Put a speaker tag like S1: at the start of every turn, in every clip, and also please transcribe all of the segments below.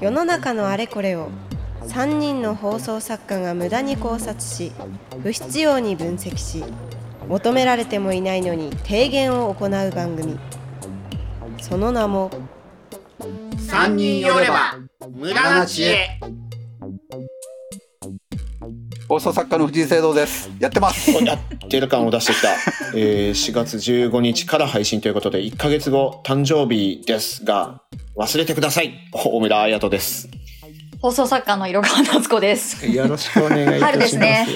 S1: 世の中のあれこれを3人の放送作家が無駄に考察し不必要に分析し求められてもいないのに提言を行う番組その名も
S2: 三人寄れば無駄な知恵
S3: 放送作家の藤井聖堂です。やってます。
S4: やってる感を出してき た、えー4月15日から配信ということで1ヶ月後誕生日ですが忘れてください大村彩人です
S5: 放送作家の色川夏子です。
S4: よろしくお願いいたします
S5: 春ですね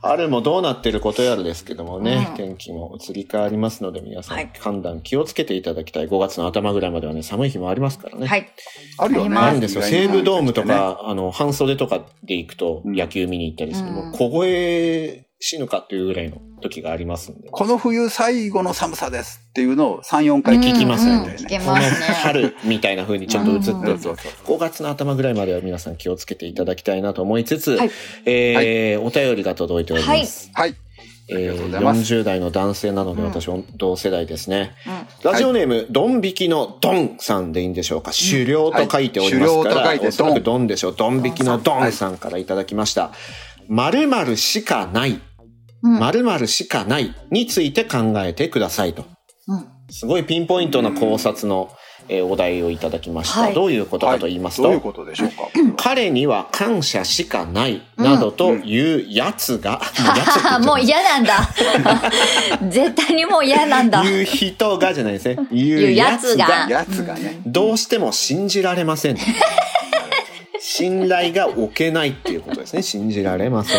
S4: 春もどうなってることやらですけどもね、
S5: うん
S4: 天気も移り変わりますので皆さん、
S5: はい
S4: 寒暖気をつけていただきたい5月の頭ぐらいまではね寒い日もありますからね、
S5: はい。
S3: あるよね。
S4: あるんですよ。西武ドームと
S3: ね。
S4: か、あの、半袖とかで行くと
S3: うん
S4: 野球見に行ったりする。
S5: うん
S4: もう凍え死ぬかっていうぐらいの時がありますんで。
S3: この冬最後の寒さですっていうのを3、4回聞
S4: きますよ
S5: うん
S4: み
S5: う
S4: た
S5: ん
S4: い
S5: 聞
S3: な
S5: け
S4: この
S5: ますね。
S4: 春みたいな風にちょっと映って
S5: うん
S3: そ
S5: そうう
S3: そうそう。
S4: 5月の頭ぐらいまでは皆さん気をつけていただきたいなと思いつつ、
S5: はい
S4: えーお便りが届いております。
S3: はい。
S4: え
S3: ありがとうござい
S4: ー、
S3: ます
S4: 40代の男性なので
S5: うん
S4: 私、同世代ですね。
S5: うん
S4: ラジオネーム、ドン引きのドンさんでいいんでしょうか。狩猟と書いておりま
S3: は
S4: す
S3: い狩猟
S4: か
S3: と
S4: ら、
S3: 書いて
S4: おそらく
S3: ド
S4: ドンでしょう。ドン引きのド
S3: はい
S4: ンさんからいただきました。〇〇しかない、
S5: うん
S4: 〇〇しかないについて考えてくださいと。
S5: うん
S4: すごいピンポイントな考察の、えーお題をいただきました。
S5: はい
S4: どういうことかと言いますと、
S3: どういうことでしょうか。
S4: 彼には感謝しかないなどというやつ が、もうやつって言っちゃった
S5: もう嫌なんだ。絶対にもう嫌なんだ。
S4: 言う人がじゃないです ね。
S5: 言
S4: 言
S5: うやつが
S3: やつがね。
S4: どうしても信じられません。信頼が置けないっていうことですね。信じられませ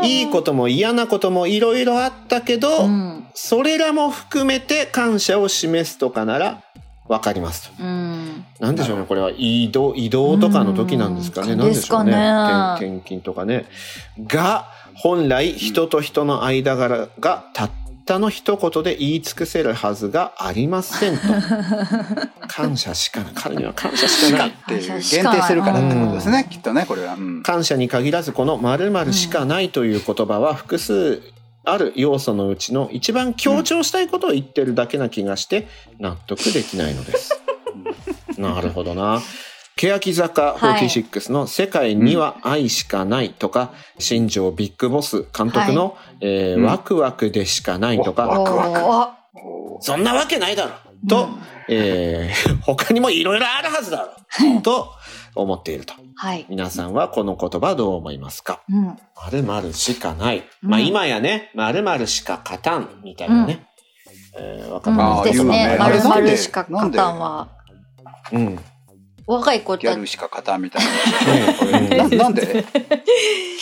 S4: ん。いいことも嫌なこともいろいろあったけど、
S5: うん。
S4: それらも含めて感謝を示すとかならわかりますと。
S5: うん。
S4: なんでしょうね。これは移動、移動とかの時なんですかね。
S5: うん
S4: なんでしょうね。
S5: ですかね
S4: 転転勤とかね。が、本来人と人の間柄がたったの一言で言い尽くせるはずがありません と。感謝しかない。彼には 感謝し
S3: し
S4: か
S3: か
S4: な
S3: っ
S4: い。
S3: ていう限定してるからってことですね、きっとね、これは。うん
S4: 感謝に限らずこの〇〇しかないという言葉は複数ある要素のうちの一番強調したいことを言ってるだけな気がして納得できないの です。なるほどな。欅坂46の「世界には愛しかない」とか、新庄ビッグボス監督の「え
S3: う
S4: ー
S3: ん
S4: ワクワクでしかない」とか、
S3: ワクワク
S5: お
S3: おー
S4: そんなわけないだろと、
S5: うん
S4: えー 他にもいろいろあるはずだろと思っていると。
S5: はい。
S4: 皆さんはこの言葉どう思いますか
S5: うん。
S4: 〇〇しかない。
S5: うん
S4: まあ今やね、〇〇しか勝たんみたいなね。えー若
S5: う
S4: 者
S5: ん、
S3: あー
S5: です
S3: 言うよね
S5: ね。
S3: あ
S5: ま
S3: れ
S5: る
S3: な
S5: ま
S3: んで
S5: るしか勝たんは。
S4: うん。
S5: 若い子
S3: ギ
S5: た
S3: ャ
S5: ち
S3: ルしか勝たんみたい
S4: ね
S3: な。ななんで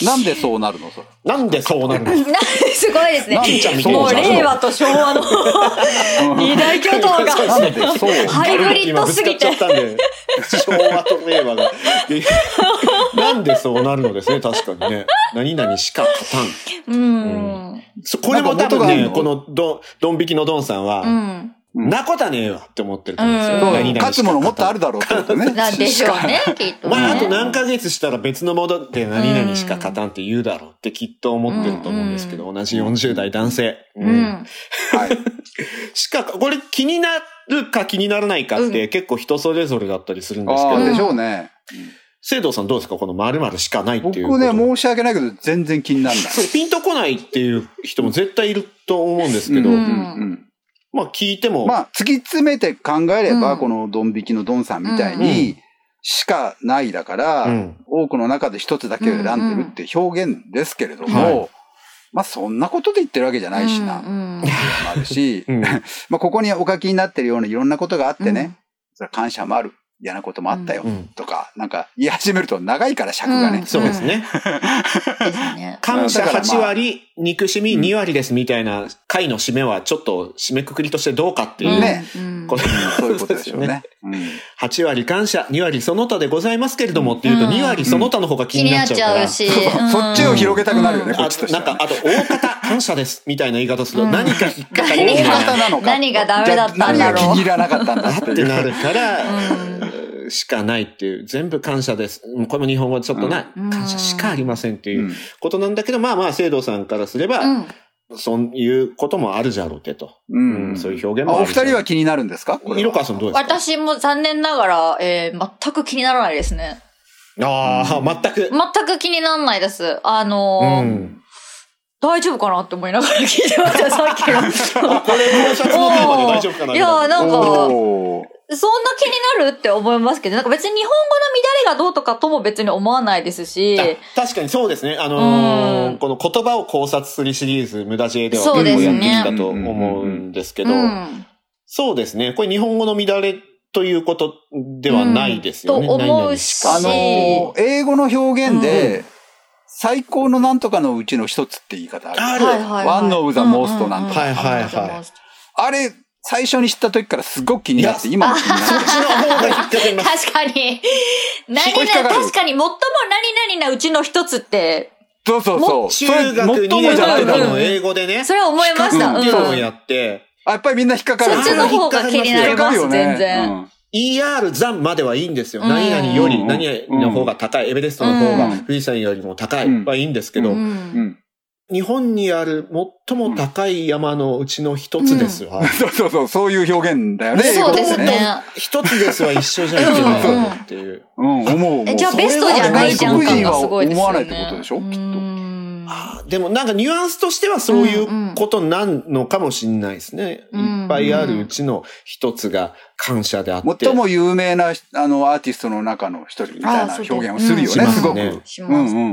S3: なんでそうなるのそれ。
S4: なんでそうなるの
S5: な すごいですね
S3: なんちゃみ。たいな
S5: もう令和と昭和の二大巨頭が。
S3: なんで そう
S5: ハイブリッドすぎて
S4: 今ぶつかっちゃったんで、昭和と令和が。 でなんでそうなるのですね、確かにね。何々しか勝たん。
S5: うん。
S4: そこれも多分
S3: なん
S4: ね、
S3: か
S4: こ
S3: 元が
S4: のドン、ドン引きのドンさん
S5: う
S4: は、
S5: ん。
S4: なことはねえわって思ってると思うんですよ。
S5: うん
S3: そう
S4: 何々しか
S3: 勝つものもっとあるだろうってことね。
S5: なんでしょうね、きっとね。
S4: まあ、あと何ヶ月したら別のもので何々しか勝たんって言うだろうってきっと思ってると思うんですけど、同じ40代男性。
S5: う
S4: うん
S5: ん。
S3: はい。
S4: しか、これ気になるか気にならないかって結構人それぞれだったりするんです
S3: あ
S4: け
S3: あ、
S4: ど、
S3: でしょうね。
S4: 聖堂さんどうですかこの〇〇しかないっていうこと。
S3: 僕ね、申し訳ないけど、全然気にならない。
S4: そうピンとこないっていう人も絶対いると思うんですけど、
S3: うんうん
S4: まあ聞いて
S3: う
S4: も、
S3: んまあ、突き詰めて考えれば、
S5: うん
S3: このドン引きのドンさんみたいに、しかないだから、
S4: うん
S3: 多くの中で一つだけを選んでるって表現ですけれども、
S4: うんう
S3: まあ、そんなことで言ってるわけじゃないしな、
S5: う
S3: も
S5: ん。
S3: あるし、
S4: うん
S3: まあ、ここにお書きになってるようないろんなことがあってね、それは感謝もある、嫌なこともあったよ、
S4: うん
S3: とか、なんか言い始めると長いから尺がね。
S4: そうですね。
S5: ですね。
S4: 感謝
S3: だからまあ
S4: 8割、憎しみ2割ですみたいな回の締めはちょっと締めくくりとしてどうかっていう
S3: ね
S5: うん。
S4: これ
S3: そういうことでしょうね。うん
S4: 8割感謝、2割その他でございますけれどもっていうと、
S5: うん
S4: 2割その他の方が気
S5: 気
S4: に
S5: に
S4: な
S5: な
S4: っ
S5: っ
S4: ち
S5: ち
S4: ゃうか
S5: ゃう
S4: ら。
S5: し。
S3: そっちを広げたくなるよね、
S5: うん
S3: こっちと
S4: あ
S3: しては
S4: なん
S3: ね、
S4: か、あと、大方、感謝です、みたいな言い方すると、
S5: うん
S4: 何か引っか かり
S5: 何
S3: 大
S5: が
S3: 方なのか。
S5: 何がダメだったんだろう
S3: じゃあ何が気に入らなかったんだって
S4: っ
S3: い
S4: て
S3: う。
S4: なるから、
S5: うん
S4: えーしかないっていう、全部感謝です。うんこれも日本語はちょっとない、
S5: うん
S4: 感謝しかありませんっていううことなんだけど、まあまあ、聖堂さんからすれば、
S5: うん。
S4: そういうこともあるじゃろうてと。
S3: うん。
S4: そういう表現
S3: あ
S4: もあ
S3: お
S4: るじゃ
S3: 二人
S4: ろ
S3: は気になるんですかこ
S4: う
S3: れ
S4: 色
S3: は
S4: 川さんどうですか
S5: 私も残念ながら、えー全く気にならないですね。
S4: ああ、全く。
S5: 全く気にならないです。あのー
S4: うん
S5: 大丈夫かなって思いながら聞いてました、さっき の。
S4: これ、このシャツのテーマで大丈夫かなみ
S5: い
S4: たいな
S5: や、なんか、
S3: おー
S5: そんな気になるって思いますけど、なんか別に日本語の乱れがどうとかとも別に思わないですし、
S4: あ確かにそうですね。あのー
S5: うん
S4: この言葉を考察するシリーズ、無駄知恵では結
S5: そ
S4: 構
S5: うですね
S4: やってきたと思うんですけど、
S5: うん、
S4: そうですね。これ日本語の乱れということではないですよね。
S5: うんと思う
S4: 何々しか
S3: あのー英語の表現で、最高のなんとかのうちの一つって言い方ある。
S4: ある
S5: はいはいはい。
S3: One of the most なんと
S4: かはいはいはい
S5: い。
S3: あれ、最初に知った時からすごく気になって、
S4: い
S3: 今も気になって
S4: そっ
S3: る。
S4: ちの方が引っかかります。
S5: 確かに。
S3: 引
S5: 何
S3: っ越しか
S5: 々、
S3: かる
S5: 確かに、最も何々なうちの一つって、
S3: そうそうそう。
S4: 中
S3: それ
S4: 学2
S3: 最も
S4: 年
S3: じゃな
S4: 生
S3: いだ
S4: まで
S3: ろう
S4: の
S3: ね。
S4: 英語でね、
S5: それは思いました。
S3: う
S5: うん
S4: っていうのを
S5: ん。
S4: やって、
S3: あやっぱりみんな引っかかる。
S5: そっちの方が気になり
S3: 引
S5: ます
S3: っかかるよね
S5: 全然
S3: うん
S4: ER 残まではいいんですよ。
S5: うん
S4: 何々よ
S3: う
S4: り
S3: ん
S4: 何々の方が高い、エベレストの方
S3: う
S4: が
S3: ん
S4: 富士山よりも高
S3: う
S4: い
S3: ん
S4: はいいんですけ
S5: う
S4: ど、
S5: ん
S3: うん
S4: 日本にある最も高い山のうちの一つですよ。
S3: そうそうそう、そういう表現だよね、英
S5: そ
S3: 語
S5: う
S3: っ
S5: で
S3: て
S5: す
S3: ね。
S5: ね。
S4: 一つですは一緒じゃいけないなっていう。
S3: うん、思う思う。
S5: えじゃあ
S4: それ
S5: ベ
S4: は
S5: ストじゃないじゃん感がすごいです
S3: 外国人は思
S5: よね。
S3: わないってことでしょきっと
S5: うん
S4: あーでもなんかニュアンスとしてはそういうことなんのかもしれないですね。
S5: うん
S4: いっぱいあるうちの一つが感謝であって。
S3: 最も有名なあのアーティストの中の一人みたいな表現をするよ
S5: し
S3: ね、
S5: ます
S3: ごく。
S4: ね
S5: し
S3: うん
S5: ま
S3: う
S5: す。
S3: んう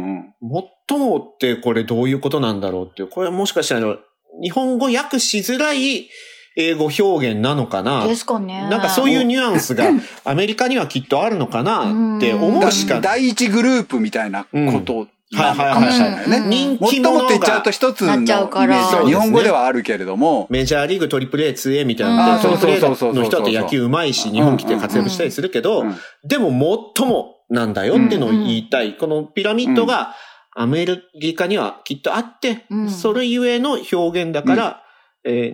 S3: ん。
S4: 最もってこれどういうことなんだろうっていう。これはもしかしたらあの日本語訳しづらい英語表現なのかな。
S5: ですかね。
S4: なんかそういうニュアンスがアメリカにはきっとあるのかなって思うしか
S3: だ第一グループみたいなことなのかもしれない
S5: うんうん
S3: ね。
S4: 人気
S3: 最も
S4: 者
S3: って言っちゃう
S4: が
S3: と一つのイメージ
S5: なっちゃうから
S3: が日本語ではあるけれども、
S4: メジャーリーグトリプル A、2A みたい
S5: うん
S4: な
S5: あ。
S4: トリプル A
S3: そうそうそうそうそう
S4: の人だって野球うまいし、
S3: うん
S4: 日本来て活躍したりするけど
S3: うんうん、
S4: でも最もなんだよっていうのを言いたい。このピラミッドがアメリカにはきっとあって
S5: う、ん
S4: それゆえの表現だから、えー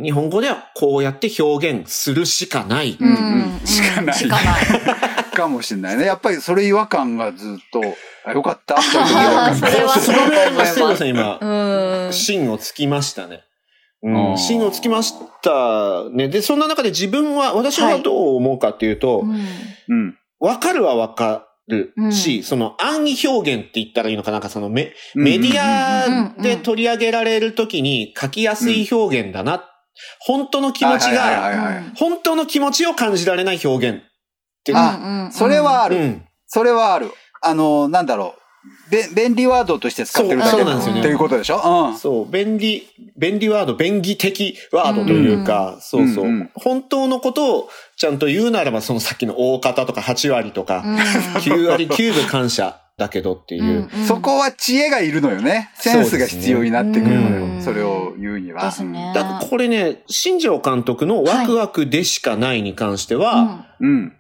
S4: 日本語ではこうやって表現するしかない。
S5: うん
S3: うんしかない
S5: しかない。
S3: かもしれないね。やっぱりそれ違和感がずっと、あよかった。それ
S5: あそれは
S4: す
S5: す
S4: ごい
S5: ごい思い
S4: ま
S5: ますす
S4: 千代さん今
S5: う、ん。
S4: 芯をつきましたね。
S3: うん
S4: 芯をつきましたね。で、そんな中で自分は、私はどう思うかっていうと、
S3: うん。
S4: わかるはわかるし、その暗意表現って言ったらいいのかなんかそのメメディアで取り上げられるときに書きやすい表現だな。本当の気持ち
S3: はいはいは
S4: が、
S3: いはい
S4: 本当の気持ちを感じられない表現って。
S3: あそれはあ
S4: う
S3: る。
S4: ん。
S3: それはある。あの、なんだろう。べ便利ワードとして使ってるだけ
S4: そう
S5: そうなんですよね
S3: っていうことでしょうん。
S4: そう、便利、便利ワード、便宜的ワードというか、そうそう、
S3: うんうん
S4: 本当のことをちゃんと言うならば、そのさっきの大方とか8割とか、
S5: う
S4: 9割9分感謝だけどっていう。
S5: ん。うん
S3: そ。こは知恵がいるのよね。センスが必要になってくるのよ。それを言うには。
S5: ですね。
S4: だからこれね、新庄監督のワクワクでしかないに関しては、
S3: うん。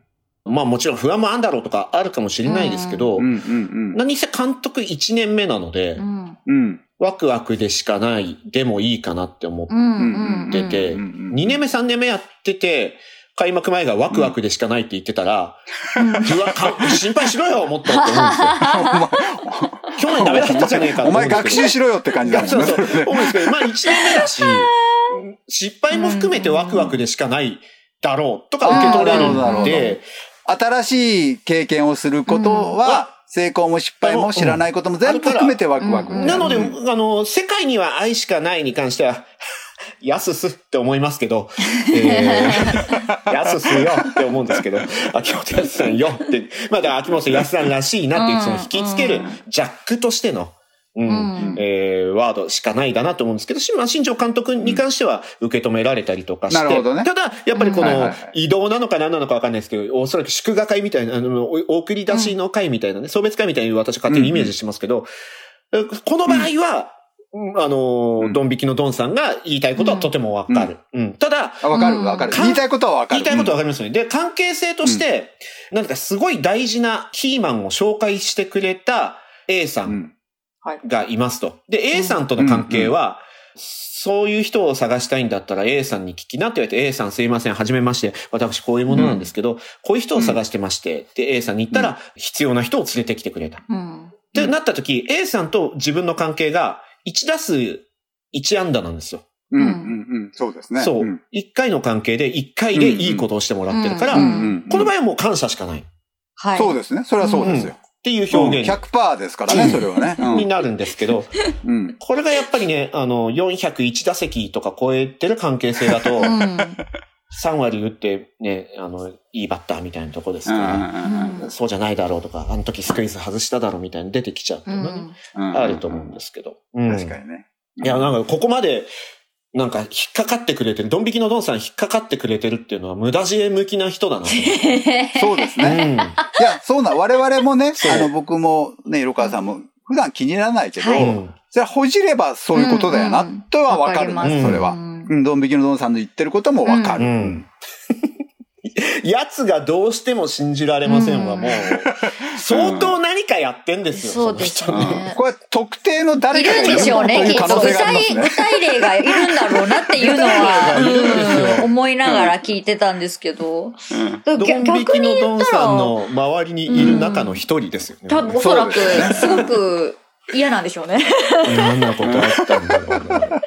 S4: まあもちろん不安もあんだろうとかあるかもしれないですけど、
S3: うん。うん。うん。
S4: 何せ監督1年目なので、
S5: うん。
S3: うん。
S4: ワクワクでしかないでもいいかなって思っ
S5: うん。うんうん。
S4: てて、
S3: うんうんうん
S4: 2年目3年目やってて、開幕前がワクワクでしかないって言ってたら、
S5: うん
S4: うわか心配しろよ、もっとって思う んですよ。去年ダメだったじゃねえか
S3: お前学習しろよって感
S4: ろ
S3: じだもん
S4: そうそう
S3: ね。。
S4: 思うんですけど、まあ1年目だし、失敗も含めてワクワクでしかないだろうとか受け取れ
S3: う
S4: る
S3: んなるほ
S4: ん
S3: どなる
S4: で、
S3: 新しい経験をすることは、成功も失敗も知らないことも全部含めてワクワク。
S5: うん
S4: なので、
S3: うん
S4: あの、世界には愛しかないに関しては、 やすすって思いますけど、え ー、やすすよって思うんですけど、秋元康さんよって、まあだから秋元康さんらしいなっていう、その引きつけるジャックとしての、うん、
S5: うん
S4: えーワードしかないだなと思うんですけど、新新庄監督に関しては受け止められたりとかして、
S3: なるほどね
S4: ただ、やっぱりこ
S3: うんはいはい
S4: の
S3: はい
S4: 移動なのか何なのかわかんないですけど、おそらく祝賀会みたいな、あの、お送り出しの会みたいなね、送別会みたいに私勝手にイメージしてますけど、この場合は、うんあのー、
S3: うん
S4: ドン引きのドンさんが言いたいことはとてもわかる。うん。ただ、
S3: あわかるわかる。言いたいことはわか
S4: 言
S3: る。
S4: いたいことはわかりますよね。で、関係性として、なんかすごい大事なキーマンを紹介してくれた A さ
S3: うんん。
S4: がいますと。で、A さんとの関係は、そういう人を探したいんだったら A さんに聞きなって言われて、A さんすいません、はじめまして、私こういうものなんですけど、こういう人を探してまして、で、A さんに行ったら、必要な人を連れてきてくれた。っ
S5: うん。
S4: てなった時、A さんと自分の関係が、1出す1安打なんですよ。
S3: うんうんうん。そうですね。
S4: そう
S3: うん。
S4: 1回の関係で1回でいいことをしてもらってるから、
S5: うんうん
S4: この場合はもう感謝しかないっ
S5: はい。
S3: そうですね。それはそうですよ。
S4: ていう表現
S3: 100%ですからね、それはね。うん
S4: になるんですけど、
S3: うん。
S4: これがやっぱりね、あの、401打席とか超えてる関係性だと
S5: う、ん。
S4: 3割打ってね、あの、いいバッターみたいなとこで
S3: う
S4: す
S3: んう
S4: から、
S3: ん
S4: そうじゃないだろうとか、あの時スクイズ外しただろうみたいに出てきちゃうっていうのはね、
S3: うんうん
S4: あると思うんですけど。うん
S3: 確かにね。
S4: いや、なんかここまで、なんか引っかかってくれてる、ドン引きのドンさん引っかかってくれてるっていうのは無駄知恵向きな人だな。
S3: そうですね。
S4: うん。
S3: いや、そうなん、我々もね、
S4: そう
S3: あの、僕もね、色川さんも、普段気にならないけど、
S5: は
S4: う
S5: い
S4: ん
S3: じゃあ、ほじればそういうことだよな
S5: うんうん、
S3: とはわかるん
S5: わか
S3: で
S4: り
S3: す、
S4: ま
S3: そ
S4: す
S3: れ
S5: う
S3: は。
S5: ん
S3: うん、ドン引きのドンさんの言ってることもわか
S4: う
S3: る。
S4: ん。やつがどうしても信じられませんわ、
S5: うん
S4: もう。相当何かやってんですよ、
S5: そうです
S4: その人
S5: ね。
S3: これは特定の誰
S5: い
S3: かが
S5: るんでしょう
S3: と
S5: ね、
S3: いう
S5: きっ
S3: 可
S5: と。
S3: 能
S5: 具
S3: 性がありま
S5: 体、
S3: す
S5: 具
S3: ね。
S5: 体例がいるんだろうなっていうの
S4: 具体例がいるんです
S5: は、
S4: よ
S5: うん思いながら聞いてたんですけど。で
S4: ド
S5: も
S4: ン引
S5: 逆
S4: き
S5: に
S4: の
S5: 言
S4: ド
S5: っ
S4: ン
S5: た
S4: さん
S5: ら、
S4: の周りにいる中の一人ですよね。
S5: 多分おそらく、
S3: そうですね
S5: すごく嫌なんでしょうね。
S4: 何なことあったんだろうな。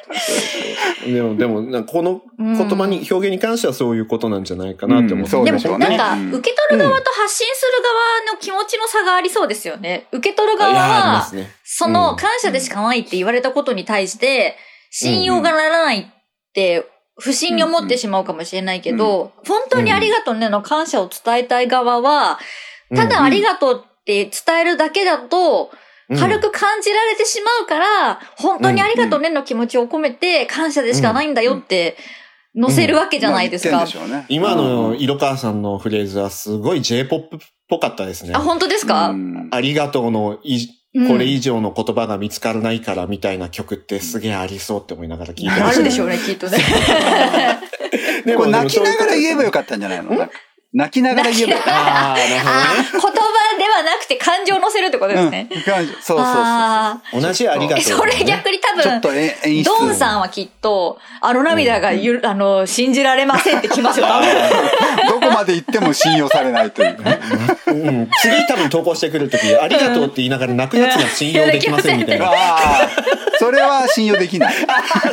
S4: でも、でも、なんかこの言葉に、表現に関してはそういうことなんじゃないかなって思
S3: うんそうで
S5: でも
S3: しょうね。
S5: なんか、
S3: うん
S5: 受け取る側と発信する側の気持ちの差がありそうですよね。受け取る側
S4: いやありま
S5: は
S4: す、ね。
S5: そうの
S4: ん
S5: 感謝でしかないって言われたことに対して、信用がならないって不審に思ってしまうかもしれないけど、本当にありがとうねの感謝を伝えたい側は、ただありがとうって伝えるだけだと、
S4: うん
S5: 軽く感じられてしまうから、本当にありがとうねの気持ちを込めて、感謝でしかないんだよって、乗せるわけじゃないです
S3: まあ
S5: か。
S3: 言ってんでしょうね
S4: 今の色川さんのフレーズはすごい J-POP っぽかったですね
S5: あ、。本当ですか、
S3: うん
S4: ありがとうのい、
S5: うん
S4: これ以上の言葉が見つからないからみたいな曲ってすげえありそうって思いながら聞いてま
S5: あ
S4: し
S5: るでしょうね、きっとね。
S4: た。で
S3: こ
S4: も
S3: れ泣きながら言えばよ
S4: かっ
S3: かったんじゃないの泣きながら言えばよかった。
S4: た。ああ、なる
S5: あ言葉ではなくて感情を乗せるってことですね。
S3: うんそうそうそう。
S5: あ
S4: ほどね。同じありがと
S5: ーえ
S4: う
S5: そ
S4: だね、
S5: れ逆に多
S3: ちょっ
S5: 分、
S3: とえ演出。
S5: ドンさんはきっと、あの涙がゆる、あの、信じられませんってきますよ、多分。
S3: どこまで行っても信用されないというね。
S4: うん。次多分投稿してくるとき、ありがとうって言いながら泣くやつが信用できませんみたいな。
S3: ああ、それは信用できない。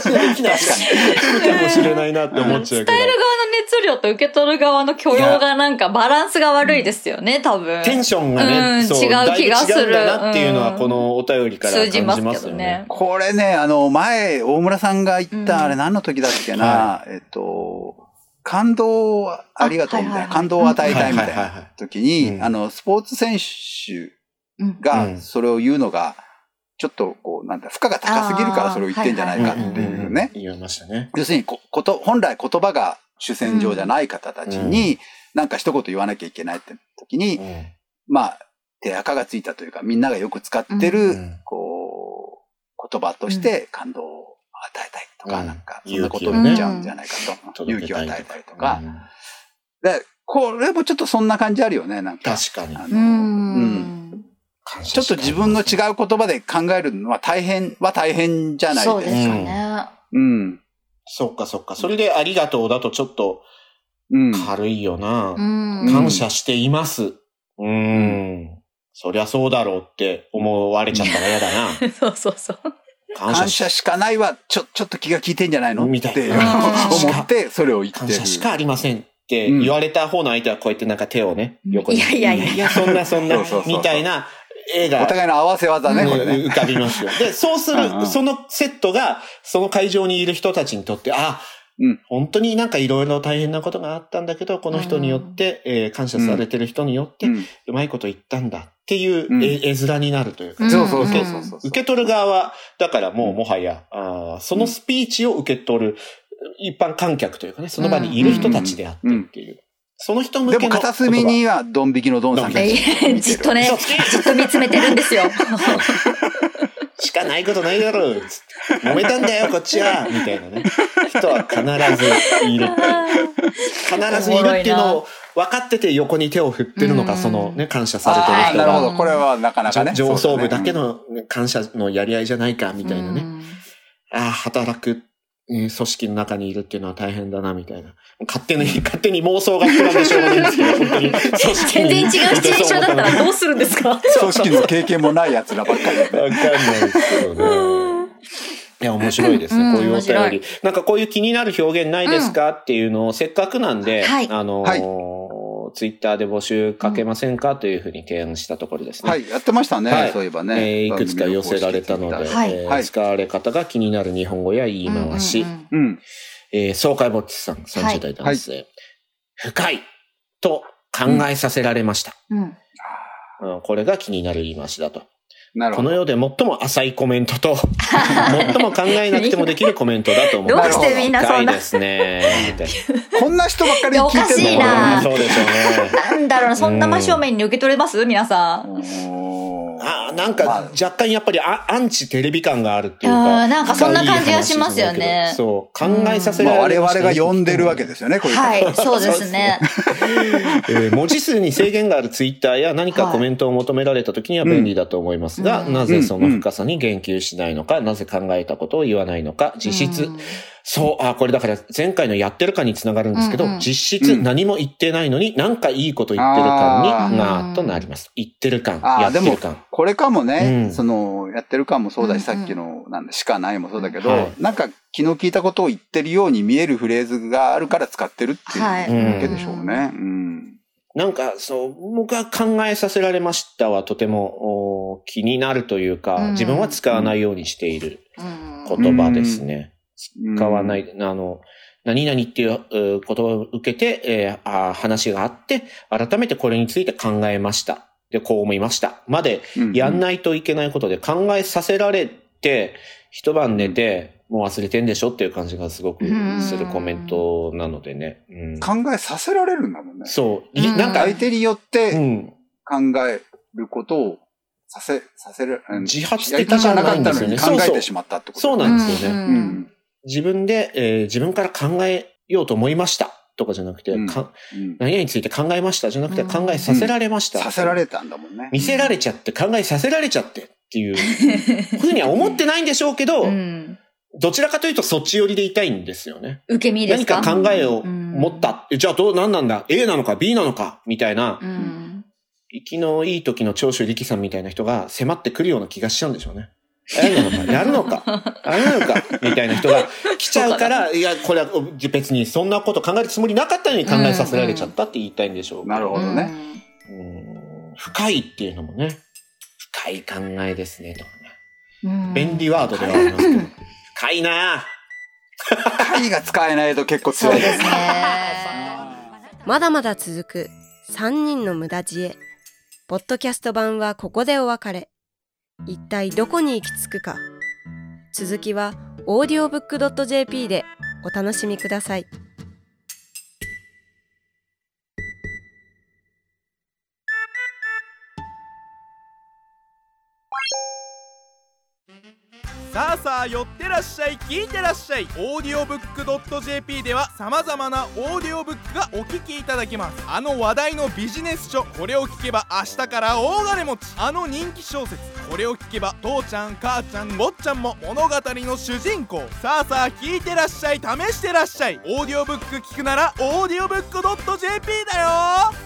S4: 信用できない。来るかもしれないなって思っちゃ
S5: 伝え
S4: うけ
S5: る
S4: ど
S5: 側の。熱量と受け取る側の許容がなんかバランスが悪いですよね、多分。
S4: テンションがね、
S5: うん
S4: そう、
S5: 違う
S4: だいぶ
S5: 気がする
S4: 違うんだなっていうのは、
S5: うん
S4: このお便りから感
S5: 通
S4: じ
S5: じ
S4: ま
S5: ますす
S4: よね。
S5: けどね。
S3: これね、あの、前、大村さんが言った、
S5: うん
S3: あれ何の時だっけな、
S4: は
S3: えっと、感動をありがとうみたい
S5: はいはい
S3: な、
S5: はい
S3: 感動を与えたいみたい
S4: はいはいはいは
S3: ない時に、
S4: うん
S3: あの、スポーツ選手
S5: うん
S4: うん
S3: がそれを言うのが、ちょっとこう、なんだ、負荷が高すぎるからそれを言ってんじゃないかって
S5: ん
S3: いう
S4: ね
S3: ね。
S4: 言いましたね。
S3: 要するにこ、こと、本来言葉が主戦場じゃない方たちに、なんか一言言わなきゃいけないって時に、まあ、手垢がついたというか、みんながよく使ってる、
S4: うん
S3: こう、言葉として感動を与えたいとか、
S4: うん
S3: なんか、
S4: うん
S3: そんなことを言っちゃうんじゃないかと。勇
S4: 届け
S3: 気を
S4: たい
S3: 与えたりとか。で、これもちょっとそんな感じあるよね、なんか。
S4: 確かに。
S3: あ
S5: う
S3: の
S5: ん。
S3: ちょっと自分の違う
S4: う。
S3: 言葉で考えるのは大変は大変じゃない
S5: そう
S3: で
S5: です
S3: すか。
S5: よね。
S3: うん。
S4: そっかそっか。それでありがとうだとちょっと
S3: うん。
S4: 軽いよな
S5: う。ん。
S4: 感謝しています。うん。そりゃそうだろうって思われちゃったら嫌だな。
S5: そうそうそう。
S4: 感
S3: 感
S4: 謝
S3: 謝
S4: し、
S3: しかないは、ちょ、ちょっと気が利いてんじゃないのっ
S4: み
S3: た
S4: い
S3: て
S4: な
S5: うん
S3: 思って、それを言ってる。
S4: 感謝しかありませんって言われた方の相手はこうやってなんか手 をね、横に。
S5: いやいやいや
S4: いや、そんなそんな
S3: そうそうそう、そう
S4: みたいな映画
S3: お。互いの合わせ技ね、これね。
S4: 浮かびますよ。で、そうする
S3: うんうん
S4: そのセットが、その会場にいる人たちにとって、あ、
S3: うん
S4: 本当になんかいろいろ大変なことがあったんだけど、この人によって、えー感謝されてる人によって、
S3: う
S4: うんまいこと言ったんだっていう、
S3: うん
S4: え絵面になるというか、
S5: うん
S3: そうそうそうそうそう。
S4: 受け取る側は、だからもうもはや、あーそのスピーチを受け取る一般観客というかね、その場にいる人たちであってっていう、その人向け
S3: で
S4: の
S3: も片隅
S4: 言葉
S3: にはドン引きのドンさんが
S4: ドン
S3: い
S5: えじっとね、じっと見つめてるんですよ。
S4: しかないことないだろうつって揉めたんだよ、こっちはみたいなね。人は必ずいる。必ずいるっていうのを分かってて横に手を振ってるの
S5: う
S4: か、
S5: ん
S4: そのね、感謝されて
S3: あー
S4: る人
S3: なるほ
S4: が
S3: ど。これはなかなかね。
S4: じょ上層部だけ
S3: そう
S4: の感謝のやり合いじゃないか、みたいなね。ああ、働く。えー組織の中にいるっていうのは大変だな、みたいな。勝手に、勝手に妄想が膨らんでしょうがないんですけ ど、本当に。組織
S5: 全
S4: に
S5: 然違うシチュエーションだったらどうするんですか
S3: だね組織の経験もない奴らばっかりだね。
S4: わかんないですけどね。いや、面白いです
S5: う
S4: ね。
S5: ん
S4: こういうお
S5: 面白
S4: 便
S5: い
S4: り。なんかこういう気になる表現ないですか、っていうのをせっかくなんで、
S5: はい
S4: あのー
S3: はい
S4: ツイッターで募集かけませんかというふうに提案したところです ね。
S3: はい、やってましたね、
S4: はい
S3: そういえば
S4: え
S3: ね。
S4: ーいくつか寄せられたので、
S5: はい
S4: えー
S3: はい
S4: 使われ方が気になる日本語や言い回し、
S5: うんうんうん
S3: うん。
S4: えー、爽快ぼっちさん、30代男性、深いと考えさせられました、
S5: うん
S4: うんこれが気になる言い回しだと。
S3: なるほ
S4: この
S3: ど。
S4: 世で最も浅いコメント と、最も考えなくてもできるコメントだと思う。
S5: ど
S3: うして
S5: みんなそん
S4: 深
S5: な
S4: いですね。みたいな
S3: こんな人ばっかり聞いてるの
S5: いやおかし
S4: そうでしょうね。
S5: なんだろうな、そんな真正面に受け取れます皆さん。
S3: おー
S4: あなんか
S3: まあ
S4: 若干やっぱりアアンチテレビ感があるっていう
S5: あ
S4: か。
S5: ーなんかそんな感じがしますよね
S4: そう。考えさせ
S3: ま
S4: ら
S3: あ、
S4: れ
S3: 我
S4: る
S3: 々が呼んでるわけですよね、こういう方
S5: はい、そうですね。
S4: えー文字数に制限があるツイッターや何か
S5: はい
S4: コメントを求められた時には便利だと思いますが、
S5: うん
S4: なぜその深さに言及しないのか、なぜ考えたことを言わないのか、実質、
S5: うん
S4: そう、あ、これだから前回のやってる感につながるんですけど、
S5: うんうん
S4: 実質何も言ってないのに、なんかいいこと言ってる感に
S5: あー
S4: なとなります。言ってる感、
S3: あー
S4: やってる感。
S3: これかもね、
S4: うん
S3: その、やってる感もそうだし、
S5: うんうん
S3: さっきの、なんだ、しかないもそうだけど、
S4: はい
S3: なんか、気の利いたことを言ってるように見えるフレーズがあるから使ってるっていう
S5: はい
S3: わけでしょうね。うん。
S4: なんか、そう、僕は考えさせられましたはとてもお気になるというか、
S5: うん
S4: 自分は使わないようにしている
S5: うん
S4: 言葉ですね。
S3: うん
S4: 使わな。い、あの、何々っていうう言葉を受けて、えーあー話があって、改めてこれについて考えました。で、こう思いました。まで、
S3: うん
S4: やんないといけないことで考えさせられて、一晩寝て、もう忘れてんでしょっていう感じがすごくするコメントなのでね。うん
S3: 考えさせられるんだもんね。
S4: そう。い
S5: うん
S4: なんか
S3: 相、手によっ
S4: う
S3: て
S4: ん、
S3: 考えることをさせ、させる、うん
S4: 自発
S3: やり
S4: 的
S3: たく
S4: じゃ
S3: はな
S4: な
S3: か
S4: い
S3: っ
S4: ん
S3: た
S4: です
S3: の
S4: よね。
S3: に考えてしまったってこと。
S4: そうなんですよね。
S5: う
S3: うんん。
S4: 自分で、えー自分から考えようと思いましたとかじゃなくて、
S3: うん
S4: か
S3: うん
S4: 何々について考えましたじゃなくて、
S5: うん
S4: 考えさせられました。
S3: させられたんだもんね。
S4: 見せられちゃって、考えさせられちゃってって いうふうには思ってないんでしょうけど、
S5: うん
S4: どちらかというとそっち寄りでいたいんですよね。
S5: 受け身です
S4: 何
S5: か
S4: か考えを
S5: うん
S4: 持った。えじゃあどう、何なんだ ?A なのか ?B なのかみたいな
S5: う、ん
S4: 息のいい時の長州力さんみたいな人が迫ってくるような気がしちゃうんでしょうね。やるの かやるのかあれなのかみたいな人が来ちゃうから、いや、これは別にそんなこと考えるつもりなかったのに考えさせられちゃったって言いたいんでしょうけ
S3: なるほどね。
S4: うん深いっていうのもね、深い考えですね、とかね。
S5: うん
S4: 便利ワードではあり ますけど。深いなぁ。
S3: 会が使えないと結構
S5: そ
S3: 強
S5: う
S3: い
S5: で
S3: よ
S5: す
S3: ね。
S5: ね。
S1: まだまだ続く3人の無駄知恵。ポッドキャスト版はここでお別れ。一体どこに行き着くか。続きは audiobook.jp でお楽しみください。
S6: さあさあ寄ってらっしゃい聞いてらっしゃいオーディオブックドット JP では様々なオーディオブックがお聞きいただけますあの話題のビジネス書これを聞けば明日から大金持ちあの人気小説これを聞けば父ちゃん母ちゃん坊ちゃんも物語の主人公さあさあ聞いてらっしゃい試してらっしゃいオーディオブック聞くならオーディオブックドット JP だよ